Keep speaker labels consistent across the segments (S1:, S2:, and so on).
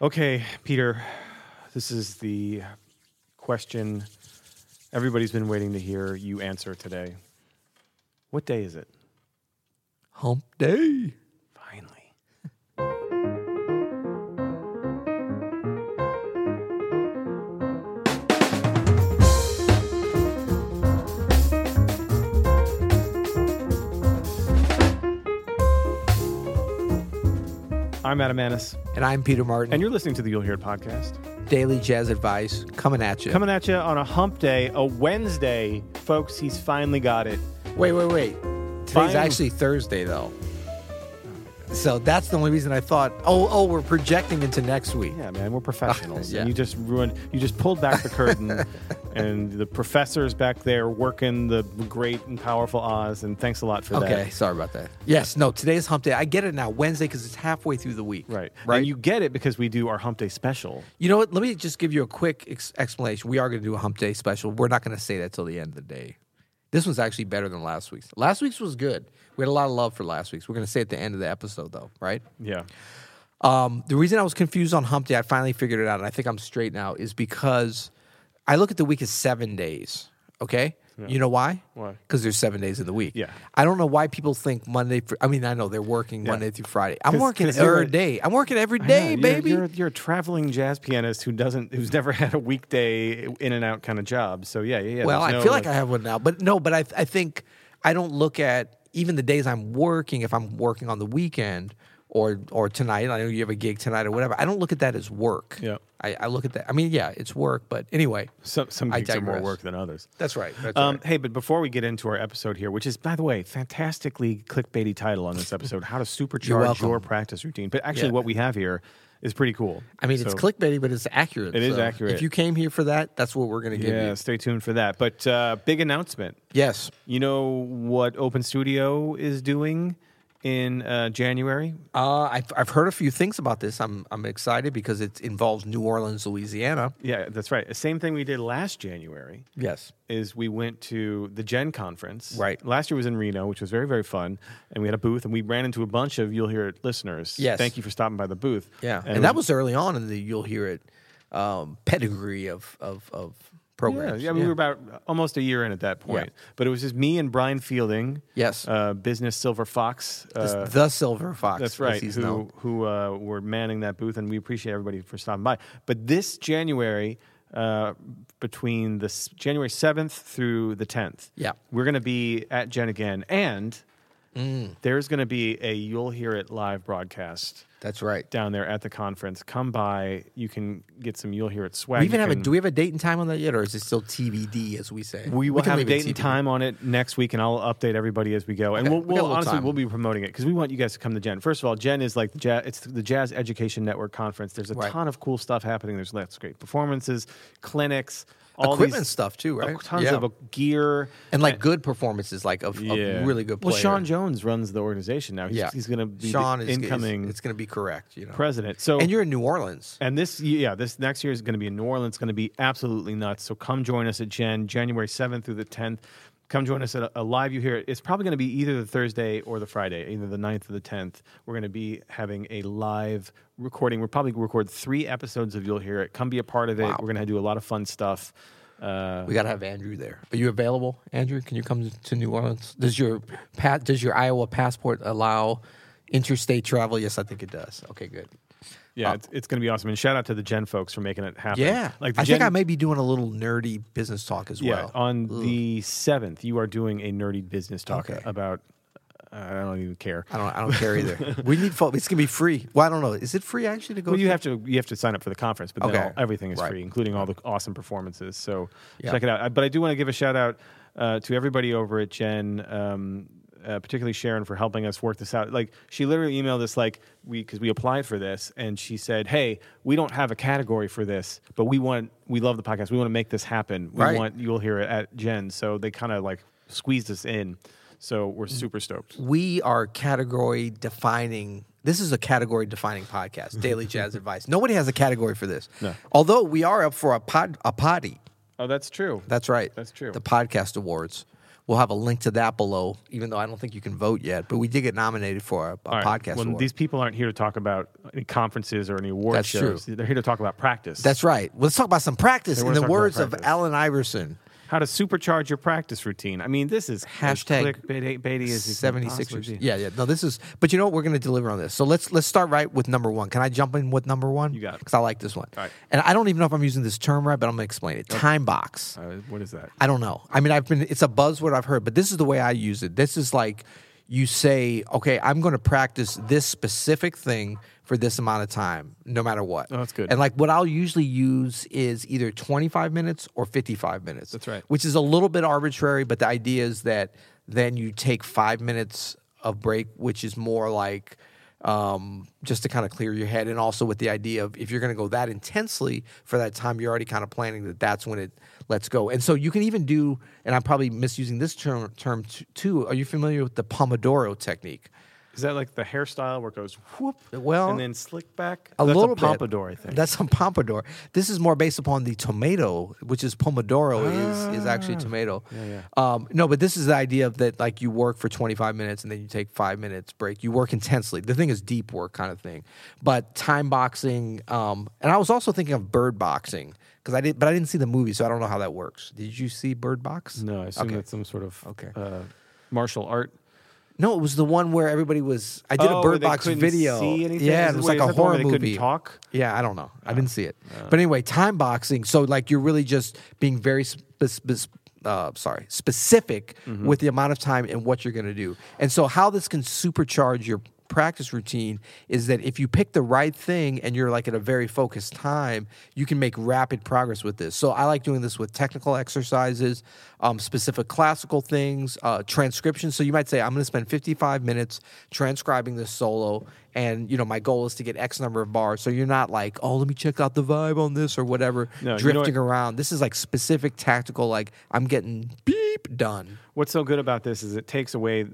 S1: Okay, Peter, this is the question everybody's been waiting to hear you answer today. What day is it?
S2: Hump day.
S1: Finally. I'm Adam Annis,
S2: And I'm Peter Martin.
S1: and you're listening to the You'll Hear It podcast.
S2: daily jazz advice coming at you.
S1: Coming at you on a hump day, a Wednesday. Folks, he's finally got it.
S2: Wait, wait, wait. Today's
S1: Fine.
S2: actually Thursday, though. So that's the only reason I thought, oh, oh, we're projecting into next week.
S1: Yeah, man, we're professionals.
S2: Yeah.
S1: And you just ruined, you just pulled back the curtain, and the professor's back there working the great and powerful Oz. And thanks a lot for that.
S2: Okay, sorry about that. Yes, no, today is hump day. I get it now, Wednesday, because it's halfway through the week.
S1: Right.
S2: Right.
S1: And you get it because we do our hump day special.
S2: You know what? Let me just give you a quick ex- explanation. We are going to do a hump day special. We're not going to say that till the end of the day. This one's actually better than last week's. Last week's was good. We had a lot of love for last week's. We're going to say it at the end of the episode, though, right?
S1: Yeah.
S2: Um, the reason I was confused on hump day, I finally figured it out, and I think I'm straight now, is because I look at the week as seven days. Okay. You know why?
S1: Why?
S2: Because there's seven days in the week.
S1: Yeah.
S2: I don't know why people think Monday. Fr- I mean, I know they're working Monday through Friday. I'm
S1: 'Cause-
S2: working
S1: 'cause you're
S2: every
S1: a-
S2: day. I'm working every
S1: Yeah,
S2: day,
S1: you're-
S2: baby.
S1: You're, you're a traveling jazz pianist who doesn't, who's never had a weekday in and out kind of job. So yeah, yeah, yeah.
S2: well, I
S1: There's no,
S2: feel like, I have one now, but no, but I, I think I don't look at even the days I'm working. If I'm working on the weekend or or tonight, I know you have a gig tonight or whatever. I don't look at that as work.
S1: Yeah.
S2: I, I look at that. I mean, yeah, it's work, but anyway,
S1: some some
S2: I
S1: gigs are more
S2: digress.
S1: work than others.
S2: that's right. That's
S1: Um,
S2: right.
S1: hey, but before we get into our episode here, which is, by the way, fantastically clickbaity title on this episode, how to supercharge
S2: welcome.
S1: your practice routine. But actually,
S2: Yeah.
S1: what we have here is pretty cool.
S2: I mean, it's
S1: So,
S2: clickbaity, but it's accurate.
S1: It
S2: It
S1: is
S2: is
S1: accurate.
S2: If you came here for that, that's what we're going to give
S1: Yeah,
S2: you.
S1: stay tuned for that. But uh, big announcement.
S2: Yes.
S1: You know what Open Studio is doing in uh, January?
S2: Uh, I've, I've heard a few things about this. I'm, I'm excited because it involves New Orleans, Louisiana.
S1: Yeah, that's right. Same thing we did last January.
S2: Yes.
S1: is we went to the Gen conference.
S2: Right.
S1: Last year was in Reno, which was very, very fun. And we had a booth and we ran into a bunch of You'll Hear It listeners.
S2: Yes.
S1: Thank you for stopping by the booth.
S2: Yeah, and,
S1: it
S2: that was early on in the you'll hear it um, pedigree of of, of
S1: Yeah,
S2: programs.
S1: yeah, we were about almost a year in at that point. But it was just me and Brian Fielding.
S2: Yes.
S1: Uh, business Silver Fox. Uh,
S2: the, the Silver Fox.
S1: that's
S2: as
S1: right.
S2: he's
S1: Who
S2: known.
S1: who uh, were manning that booth, and we appreciate everybody for stopping by. But this January, uh, between the s- January seventh through the tenth,
S2: Yeah.
S1: we're going to be at Gen again, and
S2: Mm.
S1: there's going to be a you'll hear it live broadcast
S2: That's right.
S1: down there at the conference. Come by, you can get some you'll hear it swag.
S2: We
S1: You
S2: even have a.
S1: can-
S2: Do we have a date and time on that yet, or is it still TBD as we say?
S1: we will
S2: can
S1: have a
S2: leave it
S1: date and
S2: TBD.
S1: time on it next week, and I'll update everybody as we go. And
S2: Okay,
S1: we'll,
S2: we got a
S1: we'll
S2: little
S1: honestly
S2: time.
S1: we'll be promoting it because we want you guys to come to Gen. First of all, Gen is like the jazz, it's the Jazz Education Network conference. There's a
S2: Right.
S1: ton of cool stuff happening. There's lots of great performances, clinics, all
S2: Equipment
S1: these,
S2: stuff too, right?
S1: Tons
S2: Yeah.
S1: of uh, gear
S2: and like good performances, like of,
S1: yeah.
S2: of really good. Player.
S1: Well, Sean Jones runs the organization now. He's,
S2: yeah,
S1: he's going to be
S2: Sean
S1: the
S2: is
S1: incoming
S2: Is, it's going to be correct, you know.
S1: president. So
S2: and you're in New Orleans.
S1: and this, yeah, this next year is going to be in New Orleans. It's going to be absolutely nuts. So come join us at Gen, January 7th through the 10th. Come join us at a, a live you hear it. It's probably going to be either the Thursday or the Friday, either the 9th or the 10th. We're going to be having a live recording. We're probably going to record three episodes of You'll Hear It. Come be a part of it. We're going to do a lot of fun stuff. Uh,
S2: We got to have Andrew there. Are you available, Andrew? Can you come to New Orleans? Does your pat does your Iowa passport allow interstate travel? Yes, I think it does. Okay, good.
S1: yeah, it's, it's going to be awesome. And shout out to the Gen folks for making it happen.
S2: Uh, Yeah,
S1: Like the
S2: I
S1: Gen,
S2: think I may be doing a little nerdy business talk as
S1: Yeah,
S2: well.
S1: on the 7th, you are doing a nerdy business talk
S2: Okay.
S1: about, I don't even care.
S2: I don't. I don't care either. we need. Fo- it's gonna be free. Well, I don't know. Is it free actually to go?
S1: Well, you
S2: to-
S1: have to you have to sign up for the conference, but then
S2: Okay.
S1: all, everything is
S2: Right.
S1: free, including all the awesome performances. So
S2: Yeah.
S1: check it out. I- But I do want to give a shout out uh, to everybody over at Gen, um, uh, particularly Sharon for helping us work this out. Like she literally emailed us like we because we applied for this, and she said, "Hey, we don't have a category for this, but we want we love the podcast. We want to make this happen. We
S2: Right.
S1: want you'll hear it at Gen." So they kind of like squeezed us in. So
S2: Mm.
S1: we're super stoked.
S2: we are category defining. This is a category defining podcast. Daily Jazz Advice. Nobody has a category for this.
S1: No.
S2: Although we are up for a pod a potty.
S1: Oh, that's true.
S2: That's right.
S1: That's true.
S2: The podcast awards, We'll have a link to that below, even though I don't think you can vote yet. But we did get nominated for a, a
S1: All right,
S2: podcast
S1: When
S2: award.
S1: these people aren't here to talk about any conferences or any award
S2: That's
S1: shows, they're here to talk about practice.
S2: That's right. Let's talk about some practice. In
S1: wanna
S2: the
S1: talk about
S2: words of
S1: practice.
S2: Allen Iverson,
S1: how to supercharge your practice routine. I mean, this is
S2: Hashtag
S1: clickbaity as it can
S2: seventy
S1: possibly
S2: sixers.
S1: be.
S2: Yeah, yeah. No, this is. But you know what? We're going to deliver on this. So let's let's start right with number one. Can I jump in with number one?
S1: You got it.
S2: Because I like this one.
S1: All right.
S2: And I don't even know if I'm using this term right, but I'm going to explain it. Time box.
S1: Uh, what is that?
S2: I don't know. I mean, I've been. It's a buzzword I've heard, but this is the way I use it. This is like you say, okay, I'm going to practice this specific thing for this amount of time, no matter what.
S1: Oh, that's good.
S2: And like what I'll usually use is either 25 minutes or 55 minutes.
S1: That's right.
S2: Which is a little bit arbitrary, but the idea is that then you take five minutes of break, which is more like um, just to kind of clear your head. And also with the idea of if you're going to go that intensely for that time, you're already kind of planning that that's when it lets go. And so you can even do, and I'm probably misusing this term, term t- too. Are you familiar with the Pomodoro technique?
S1: Is that like the hairstyle where it goes whoop,
S2: Well,
S1: and then slick back?
S2: a
S1: That's
S2: little
S1: a
S2: bit.
S1: pompadour, I think.
S2: That's a pompadour. This is more based upon the tomato, which is pomodoro is is actually tomato.
S1: Ah. yeah.
S2: Um, no, but this is the idea of that like you work for 25 minutes and then you take five minutes break. You work intensely. The thing is deep work kind of thing. But time boxing, um, and I was also thinking of bird boxing because I did, but I didn't see the movie, so I don't know how that works. Did you see Bird Box?
S1: no, I assume
S2: Okay.
S1: that's some sort of
S2: Okay.
S1: uh, martial art.
S2: No, it was the one where everybody was. I did
S1: Oh,
S2: a
S1: where
S2: Bird
S1: they
S2: Box
S1: couldn't
S2: video.
S1: see anything?
S2: Yeah,
S1: Is-
S2: it was
S1: wait,
S2: like
S1: is
S2: a
S1: that the one
S2: horror
S1: where they
S2: movie.
S1: couldn't talk? Ah.
S2: Yeah, I don't know. I didn't see it. But anyway, time boxing. So like you're really just being very spe- spe- uh, sorry specific
S1: Mm-hmm.
S2: with the amount of time and what you're going to do. And so how this can supercharge your practice routine is that if you pick the right thing and you're like at a very focused time, you can make rapid progress with this. So I like doing this with technical exercises, um, specific classical things, uh, transcription. So you might say, I'm going to spend 55 minutes transcribing this solo, and you know my goal is to get X number of bars. So you're not like, oh, let me check out the vibe on this or whatever,
S1: No, you know
S2: drifting
S1: what-
S2: around. This is like specific tactical. Like I'm getting beep done.
S1: what's so good about this is it takes away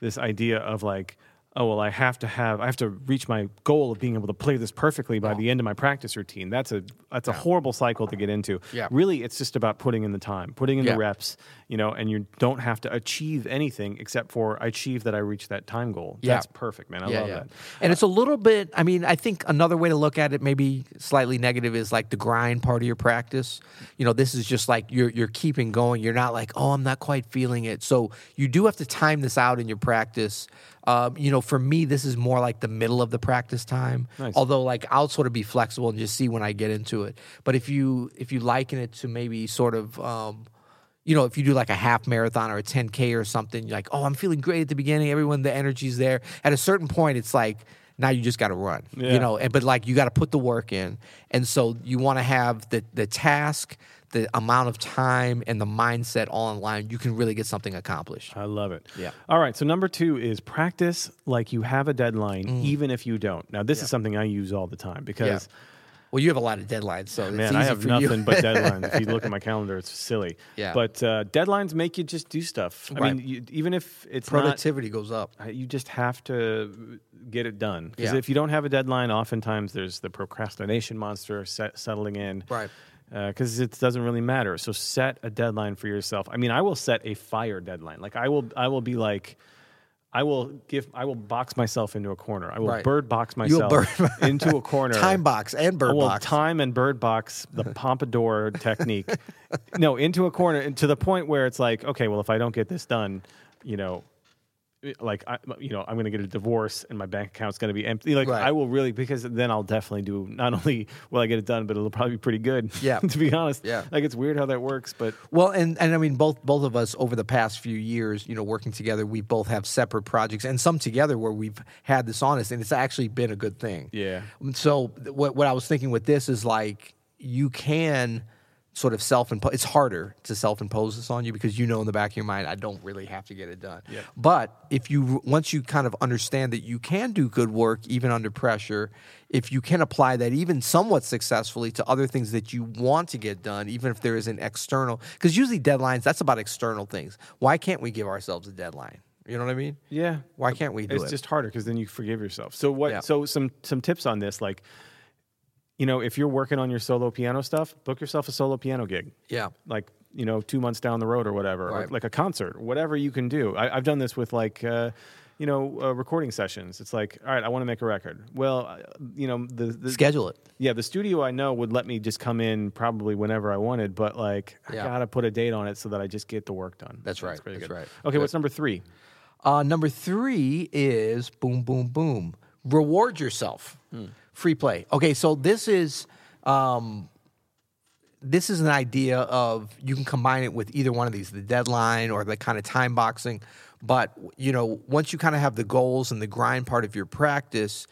S1: this idea of like oh well i have to have i have to reach my goal of being able to play this perfectly by the end of my practice routine that's a that's a horrible cycle to get into
S2: Yeah.
S1: really it's just about putting in the time putting in
S2: Yeah.
S1: the reps you know and you don't have to achieve anything except for i achieve that i reach that time goal
S2: Yeah.
S1: that's perfect man i love that
S2: And it's a little bit, I mean, I think another way to look at it, maybe slightly negative, is like the grind part of your practice. You know, this is just like you're, you're keeping going. You're not like, oh, I'm not quite feeling it. So you do have to time this out in your practice. Um, you know, for me, this is more like the middle of the practice time.
S1: Nice.
S2: Although, like, I'll sort of be flexible and just see when I get into it. But if you if you liken it to maybe sort of um, you know, if you do like a half marathon or a 10K or something, you're like, oh, I'm feeling great at the beginning. Everyone, the energy's there. At a certain point, it's like, now you just got to run,
S1: Yeah.
S2: you know, and, but like you got to put the work in. And so you want to have the, the task, the amount of time, and the mindset all in line. You can really get something accomplished.
S1: I love it.
S2: Yeah.
S1: All right. So number two is practice like you have a deadline,
S2: Mm.
S1: even if you don't. Now, this is something I use all the time because
S2: Well, you have a lot of deadlines, so it's
S1: Man,
S2: easy
S1: I have
S2: for
S1: nothing
S2: you.
S1: but deadlines. If you look at my calendar, it's silly.
S2: Yeah.
S1: But uh, deadlines make you just do stuff. I
S2: Right.
S1: mean, you, even if it's
S2: Productivity goes up.
S1: not, you just have to get it done. Because
S2: Yeah.
S1: if you don't have a deadline, oftentimes there's the procrastination monster set, settling in.
S2: Right.
S1: Because it doesn't really matter. So set a deadline for yourself. I mean, I will set a fire deadline. Like I will, I will be like. I will give. I will box myself into a corner. I will
S2: Right.
S1: bird box
S2: You'll
S1: myself
S2: bird-
S1: into a corner.
S2: Time box and bird
S1: Oh, Well,
S2: box.
S1: time and bird box, the pompadour technique. No, into a corner and to the point where it's like, okay, well, if I don't get this done, you know, it- like I, you know, I'm going to get a divorce and my bank account's going to be empty. Like
S2: Right.
S1: I will really because then I'll definitely do. Not only will I get it done, but it'll probably be pretty good.
S2: Yeah.
S1: to be honest.
S2: Yeah.
S1: like it's weird how that works, but
S2: Well, and, and I mean both both of us over the past few years, you know, working together, we both have separate projects and some together where we've had this on us, and it's actually been a good thing.
S1: Yeah.
S2: So th- what what I was thinking with this is like you can sort of self impose. It's harder to self impose this on you because you know in the back of your mind I don't really have to get it done.
S1: Yep.
S2: But if you once you kind of understand that you can do good work even under pressure, if you can apply that even somewhat successfully to other things that you want to get done, even if there is an external, because usually deadlines that's about external things. Why can't we give ourselves a deadline? You know what I mean?
S1: yeah.
S2: Why can't we do
S1: it's
S2: it?
S1: just harder because then you forgive yourself. So what?
S2: Yeah.
S1: So some some tips on this, like you know, if you're working on your solo piano stuff, book yourself a solo piano gig.
S2: Yeah.
S1: Like, you know, two months down the road or whatever, or
S2: Right.
S1: like a concert, whatever you can do. I, I've done this with like, uh, you know, uh, recording sessions. It's like, all right, I want to make a record. Well, uh, you know, the, the
S2: Schedule it.
S1: yeah, the studio I know would let me just come in probably whenever I wanted, but like, I
S2: Yeah.
S1: gotta put a date on it so that I just get the work done.
S2: That's right.
S1: pretty
S2: That's
S1: good.
S2: right.
S1: Okay, what's number three?
S2: Uh, number three is boom, boom, boom. Reward yourself. Free play. Okay, so this is um, this is an idea of you can combine it with either one of these, the deadline or the kind of time boxing. But you know, once you kind of have the goals and the grind part of your practice,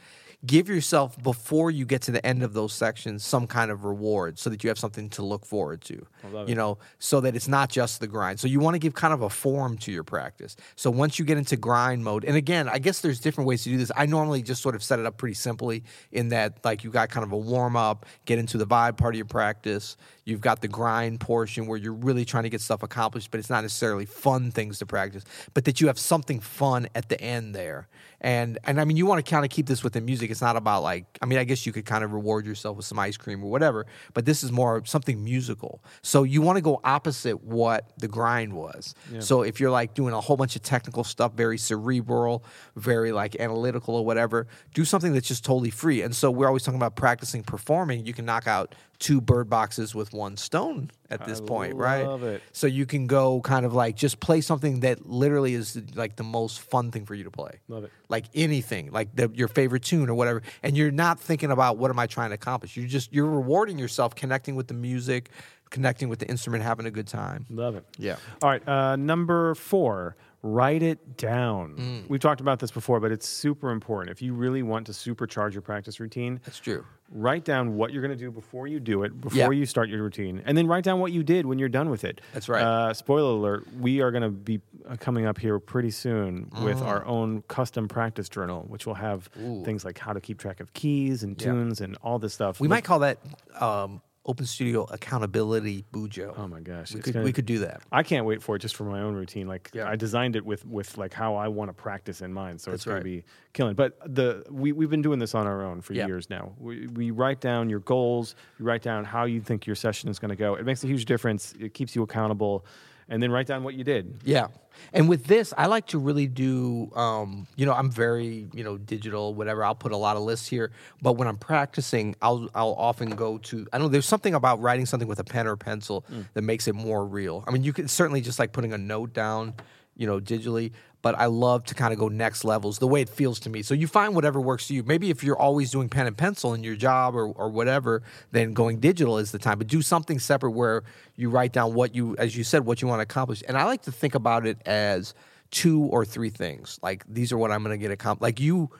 S2: give yourself before you get to the end of those sections some kind of reward so that you have something to look forward to. You know, so that it's not just the grind. So you want to give kind of a form to your practice. So once you get into grind mode, and again, I guess there's different ways to do this. I normally just sort of set it up pretty simply in that like you got kind of a warm up, get into the vibe part of your practice. You've got the grind portion where you're really trying to get stuff accomplished, but it's not necessarily fun things to practice, but that you have something fun at the end there. And and I mean you want to kind of keep this within music. It's not about like I mean I guess you could kind of reward yourself with some ice cream or whatever, but this is more something musical. So you want to go opposite what the grind was. So if you're like doing a whole bunch of technical stuff, very cerebral, very like analytical or whatever, do something that's just totally free. And so we're always talking about practicing performing. You can knock out two bird boxes with one stone at this
S1: I
S2: point, right?
S1: love it.
S2: So you can go kind of like just play something that literally is like the most fun thing for you to play.
S1: Love it.
S2: Like anything, like the, your favorite tune or whatever, and you're not thinking about what am I trying to accomplish. You're just you're rewarding yourself, connecting with the music, connecting with the instrument, having a good time.
S1: Love it.
S2: Yeah.
S1: All right, uh, number four. Write it down.
S2: Mm.
S1: We've talked about this before, but it's super important. If you really want to supercharge your practice routine,
S2: That's true.
S1: write down what you're going to do before you do it, before
S2: Yeah.
S1: you start your routine, and then write down what you did when you're done with it.
S2: That's right.
S1: Uh, spoiler alert: we are going to be uh, coming up here pretty soon
S2: Mm.
S1: with our own custom practice journal, which will have things like how to keep track of keys and tunes and all this stuff.
S2: We might call that um, Open Studio Accountability Bujo.
S1: Oh my gosh,
S2: we
S1: it's
S2: could
S1: gonna-
S2: we could do that.
S1: I can't wait for it just for my own routine. Like
S2: Yeah.
S1: I designed it with with like how I want to practice in mind, so it's going
S2: right.
S1: to be killing. But the we we've been doing this on our own for
S2: Yeah.
S1: years now. We, we write down your goals, you write down how you think your session is going to go. It makes a huge difference. It keeps you accountable, and then write down what you did.
S2: Yeah. And with this, I like to really do, um, you know, I'm very, you know, digital, whatever. I'll put a lot of lists here, but when I'm practicing, I'll, I'll often go to, I don't know, there's something about writing something with a pen or pencil that makes it more real. I mean, you can certainly just like putting a note down, you know, digitally, but I love to kind of go next levels the way it feels to me. So you find whatever works to you. Maybe if you're always doing pen and pencil in your job or, or whatever, then going digital is the time. But do something separate where you write down what you, as you said, what you want to accomplish. And I like to think about it as two or three things. Like these are what I'm going to get accomplished. Like you,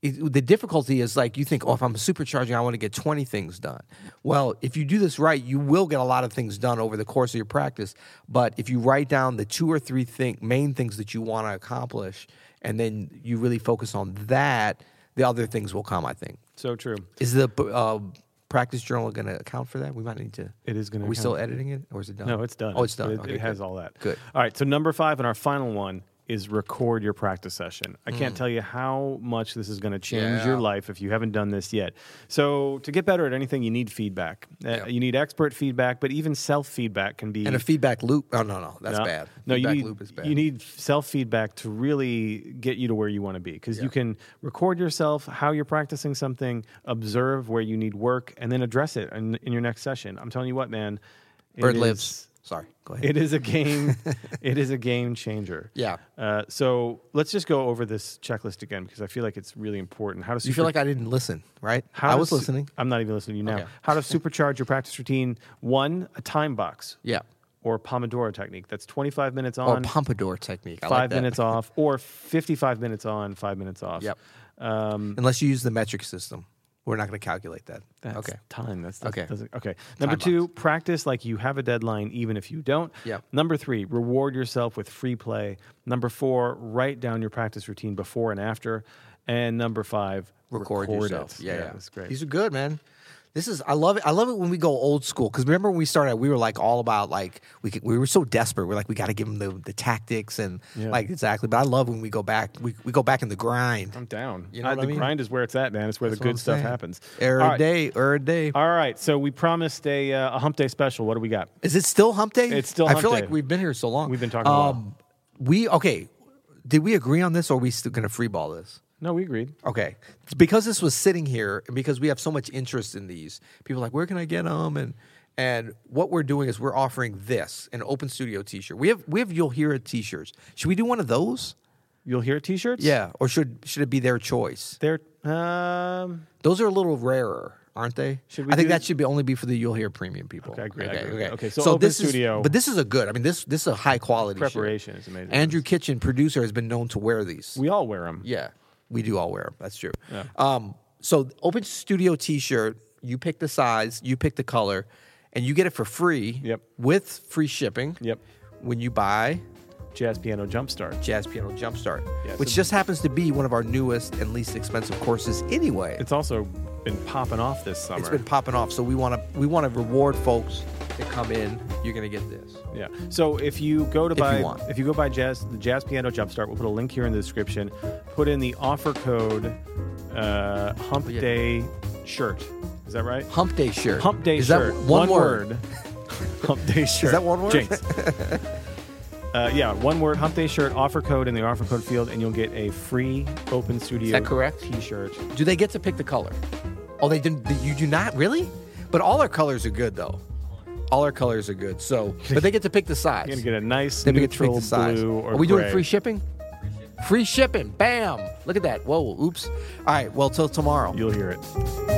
S2: it, the difficulty is like you think, oh, if I'm supercharging, I want to get 20 things done. Well, if you do this right, you will get a lot of things done over the course of your practice. But if you write down the two or three thing, main things that you want to accomplish, and then you really focus on that, the other things will come, I think.
S1: So true.
S2: Is the uh, practice journal going to account for that? We might need to.
S1: It is gonna
S2: Are we
S1: account
S2: still
S1: for
S2: editing it or is it done?
S1: No, it's done.
S2: Oh, it's done.
S1: It,
S2: Okay,
S1: it has
S2: good.
S1: all that.
S2: Good.
S1: All right. So number five and our final one is record your practice session. I can't tell you how much this is going to change your
S2: Mm. Yeah.
S1: life if you haven't done this yet. So to get better at anything, you need feedback. Uh,
S2: Yeah.
S1: You need expert feedback, but even self feedback can be.
S2: And a feedback loop. Oh, no, no. That's
S1: No,
S2: bad.
S1: No, you
S2: feedback
S1: need,
S2: loop is bad.
S1: You need self feedback to really get you to where you want to be because you can record yourself, how you're practicing something, observe where you need work, and then address it in, in your next session. I'm telling you what, man. it
S2: Bird
S1: is-
S2: lives. Sorry. Go ahead.
S1: it is a game. it is a game changer.
S2: Yeah.
S1: Uh, so let's just go over this checklist again because I feel like it's really important. How to
S2: You feel like I didn't listen, right?
S1: how
S2: I
S1: to
S2: was
S1: su-
S2: listening.
S1: I'm not even listening to you now.
S2: Okay.
S1: How to supercharge your practice routine? One, a time box.
S2: Yeah.
S1: Or Pomodoro technique. That's 25 minutes
S2: Or
S1: on,
S2: pompadour technique. Oh, I
S1: five
S2: like that.
S1: minutes off, or 55 minutes on, five minutes off.
S2: Yep.
S1: Um,
S2: Unless you use the metric system, we're not going to calculate that.
S1: that's
S2: okay.
S1: Time. That's
S2: Okay.
S1: doesn't- okay. Number two, practice like you have a deadline, even if you don't.
S2: Yep.
S1: Number three, reward yourself with free play. Number four, write down your practice routine before and after. And number five,
S2: Record,
S1: record
S2: yourself.
S1: It.
S2: Yeah, yeah,
S1: that's great.
S2: These are good, man. This is I love it. I love it when we go old school because remember when we started, we were like all about like we could, we were so desperate. We're like we got to give them the, the tactics and
S1: Yeah.
S2: like exactly. But I love when we go back. We, we go back in the grind
S1: I'm down.
S2: You know
S1: I-
S2: what I
S1: Uh, the
S2: mean?
S1: grind is where it's at, man. It's where
S2: That's
S1: the
S2: what I'm
S1: good stuff
S2: saying.
S1: happens.
S2: every day,
S1: All right.
S2: every day.
S1: All right. So we promised a, uh, a hump day special. What do we got?
S2: Is it still Hump Day?
S1: It's still
S2: I
S1: Hump
S2: feel
S1: Day.
S2: like we've been here so long. Um,
S1: We've been talking a lot.
S2: We okay. Did we agree on this, or are we still going to freeball this?
S1: No, we agreed.
S2: Okay, because this was sitting here, and because we have so much interest in these, people are like, where can I get them? And and what we're doing is we're offering this an open studio T-shirt. We have we have you'll hear it T-shirts. Should we do one of those?
S1: You'll hear T-shirts.
S2: Yeah, or should should it be their choice?
S1: They're um,
S2: Those are a little rarer, aren't they?
S1: Should we
S2: I think
S1: do-
S2: that should be only be for the you'll hear premium people.
S1: Okay, I agree, I agree. Okay, so Open
S2: this
S1: Studio-
S2: is but this is a good. I mean this this is a high quality shirt.
S1: preparation is amazing.
S2: Andrew Kitchen, producer, has been known to wear these.
S1: we all wear them.
S2: Yeah, we do all wear them. That's true. Um, so open studio T-shirt. You pick the size, you pick the color, and you get it for free.
S1: Yep.
S2: With free shipping.
S1: Yep.
S2: When you buy
S1: Jazz piano jumpstart.
S2: Jazz Piano Jumpstart,
S1: Yeah,
S2: which
S1: so-
S2: just happens to be one of our newest and least expensive courses anyway.
S1: It's also been popping off this summer.
S2: it's been popping off, so we want to we want to reward folks that come in. You're gonna get this.
S1: Yeah. So if you go to buy,
S2: you want.
S1: if you go buy jazz, the jazz piano jumpstart, we'll put a link here in the description. Put in the offer code, uh, hump
S2: Oh, yeah.
S1: day shirt. Is that right?
S2: Hump Day shirt.
S1: Hump day
S2: is
S1: shirt.
S2: That one, word.
S1: hump day shirt.
S2: that one word?
S1: Jinx. Uh, yeah, one word. Hump day shirt. Offer code in the offer code field, and you'll get a free open studio.
S2: that correct?
S1: T-shirt.
S2: Do they get to pick the color? Oh, they didn't. You do not really. But all our colors are good though. All our colors are good. So, but they get to pick the size.
S1: You're gonna get a nice
S2: They get to pick
S1: neutral
S2: the size.
S1: blue or
S2: are we doing
S1: gray.
S2: free shipping? Free shipping. Bam! Look at that. Whoa. Oops. All right. Well, till tomorrow.
S1: You'll hear it.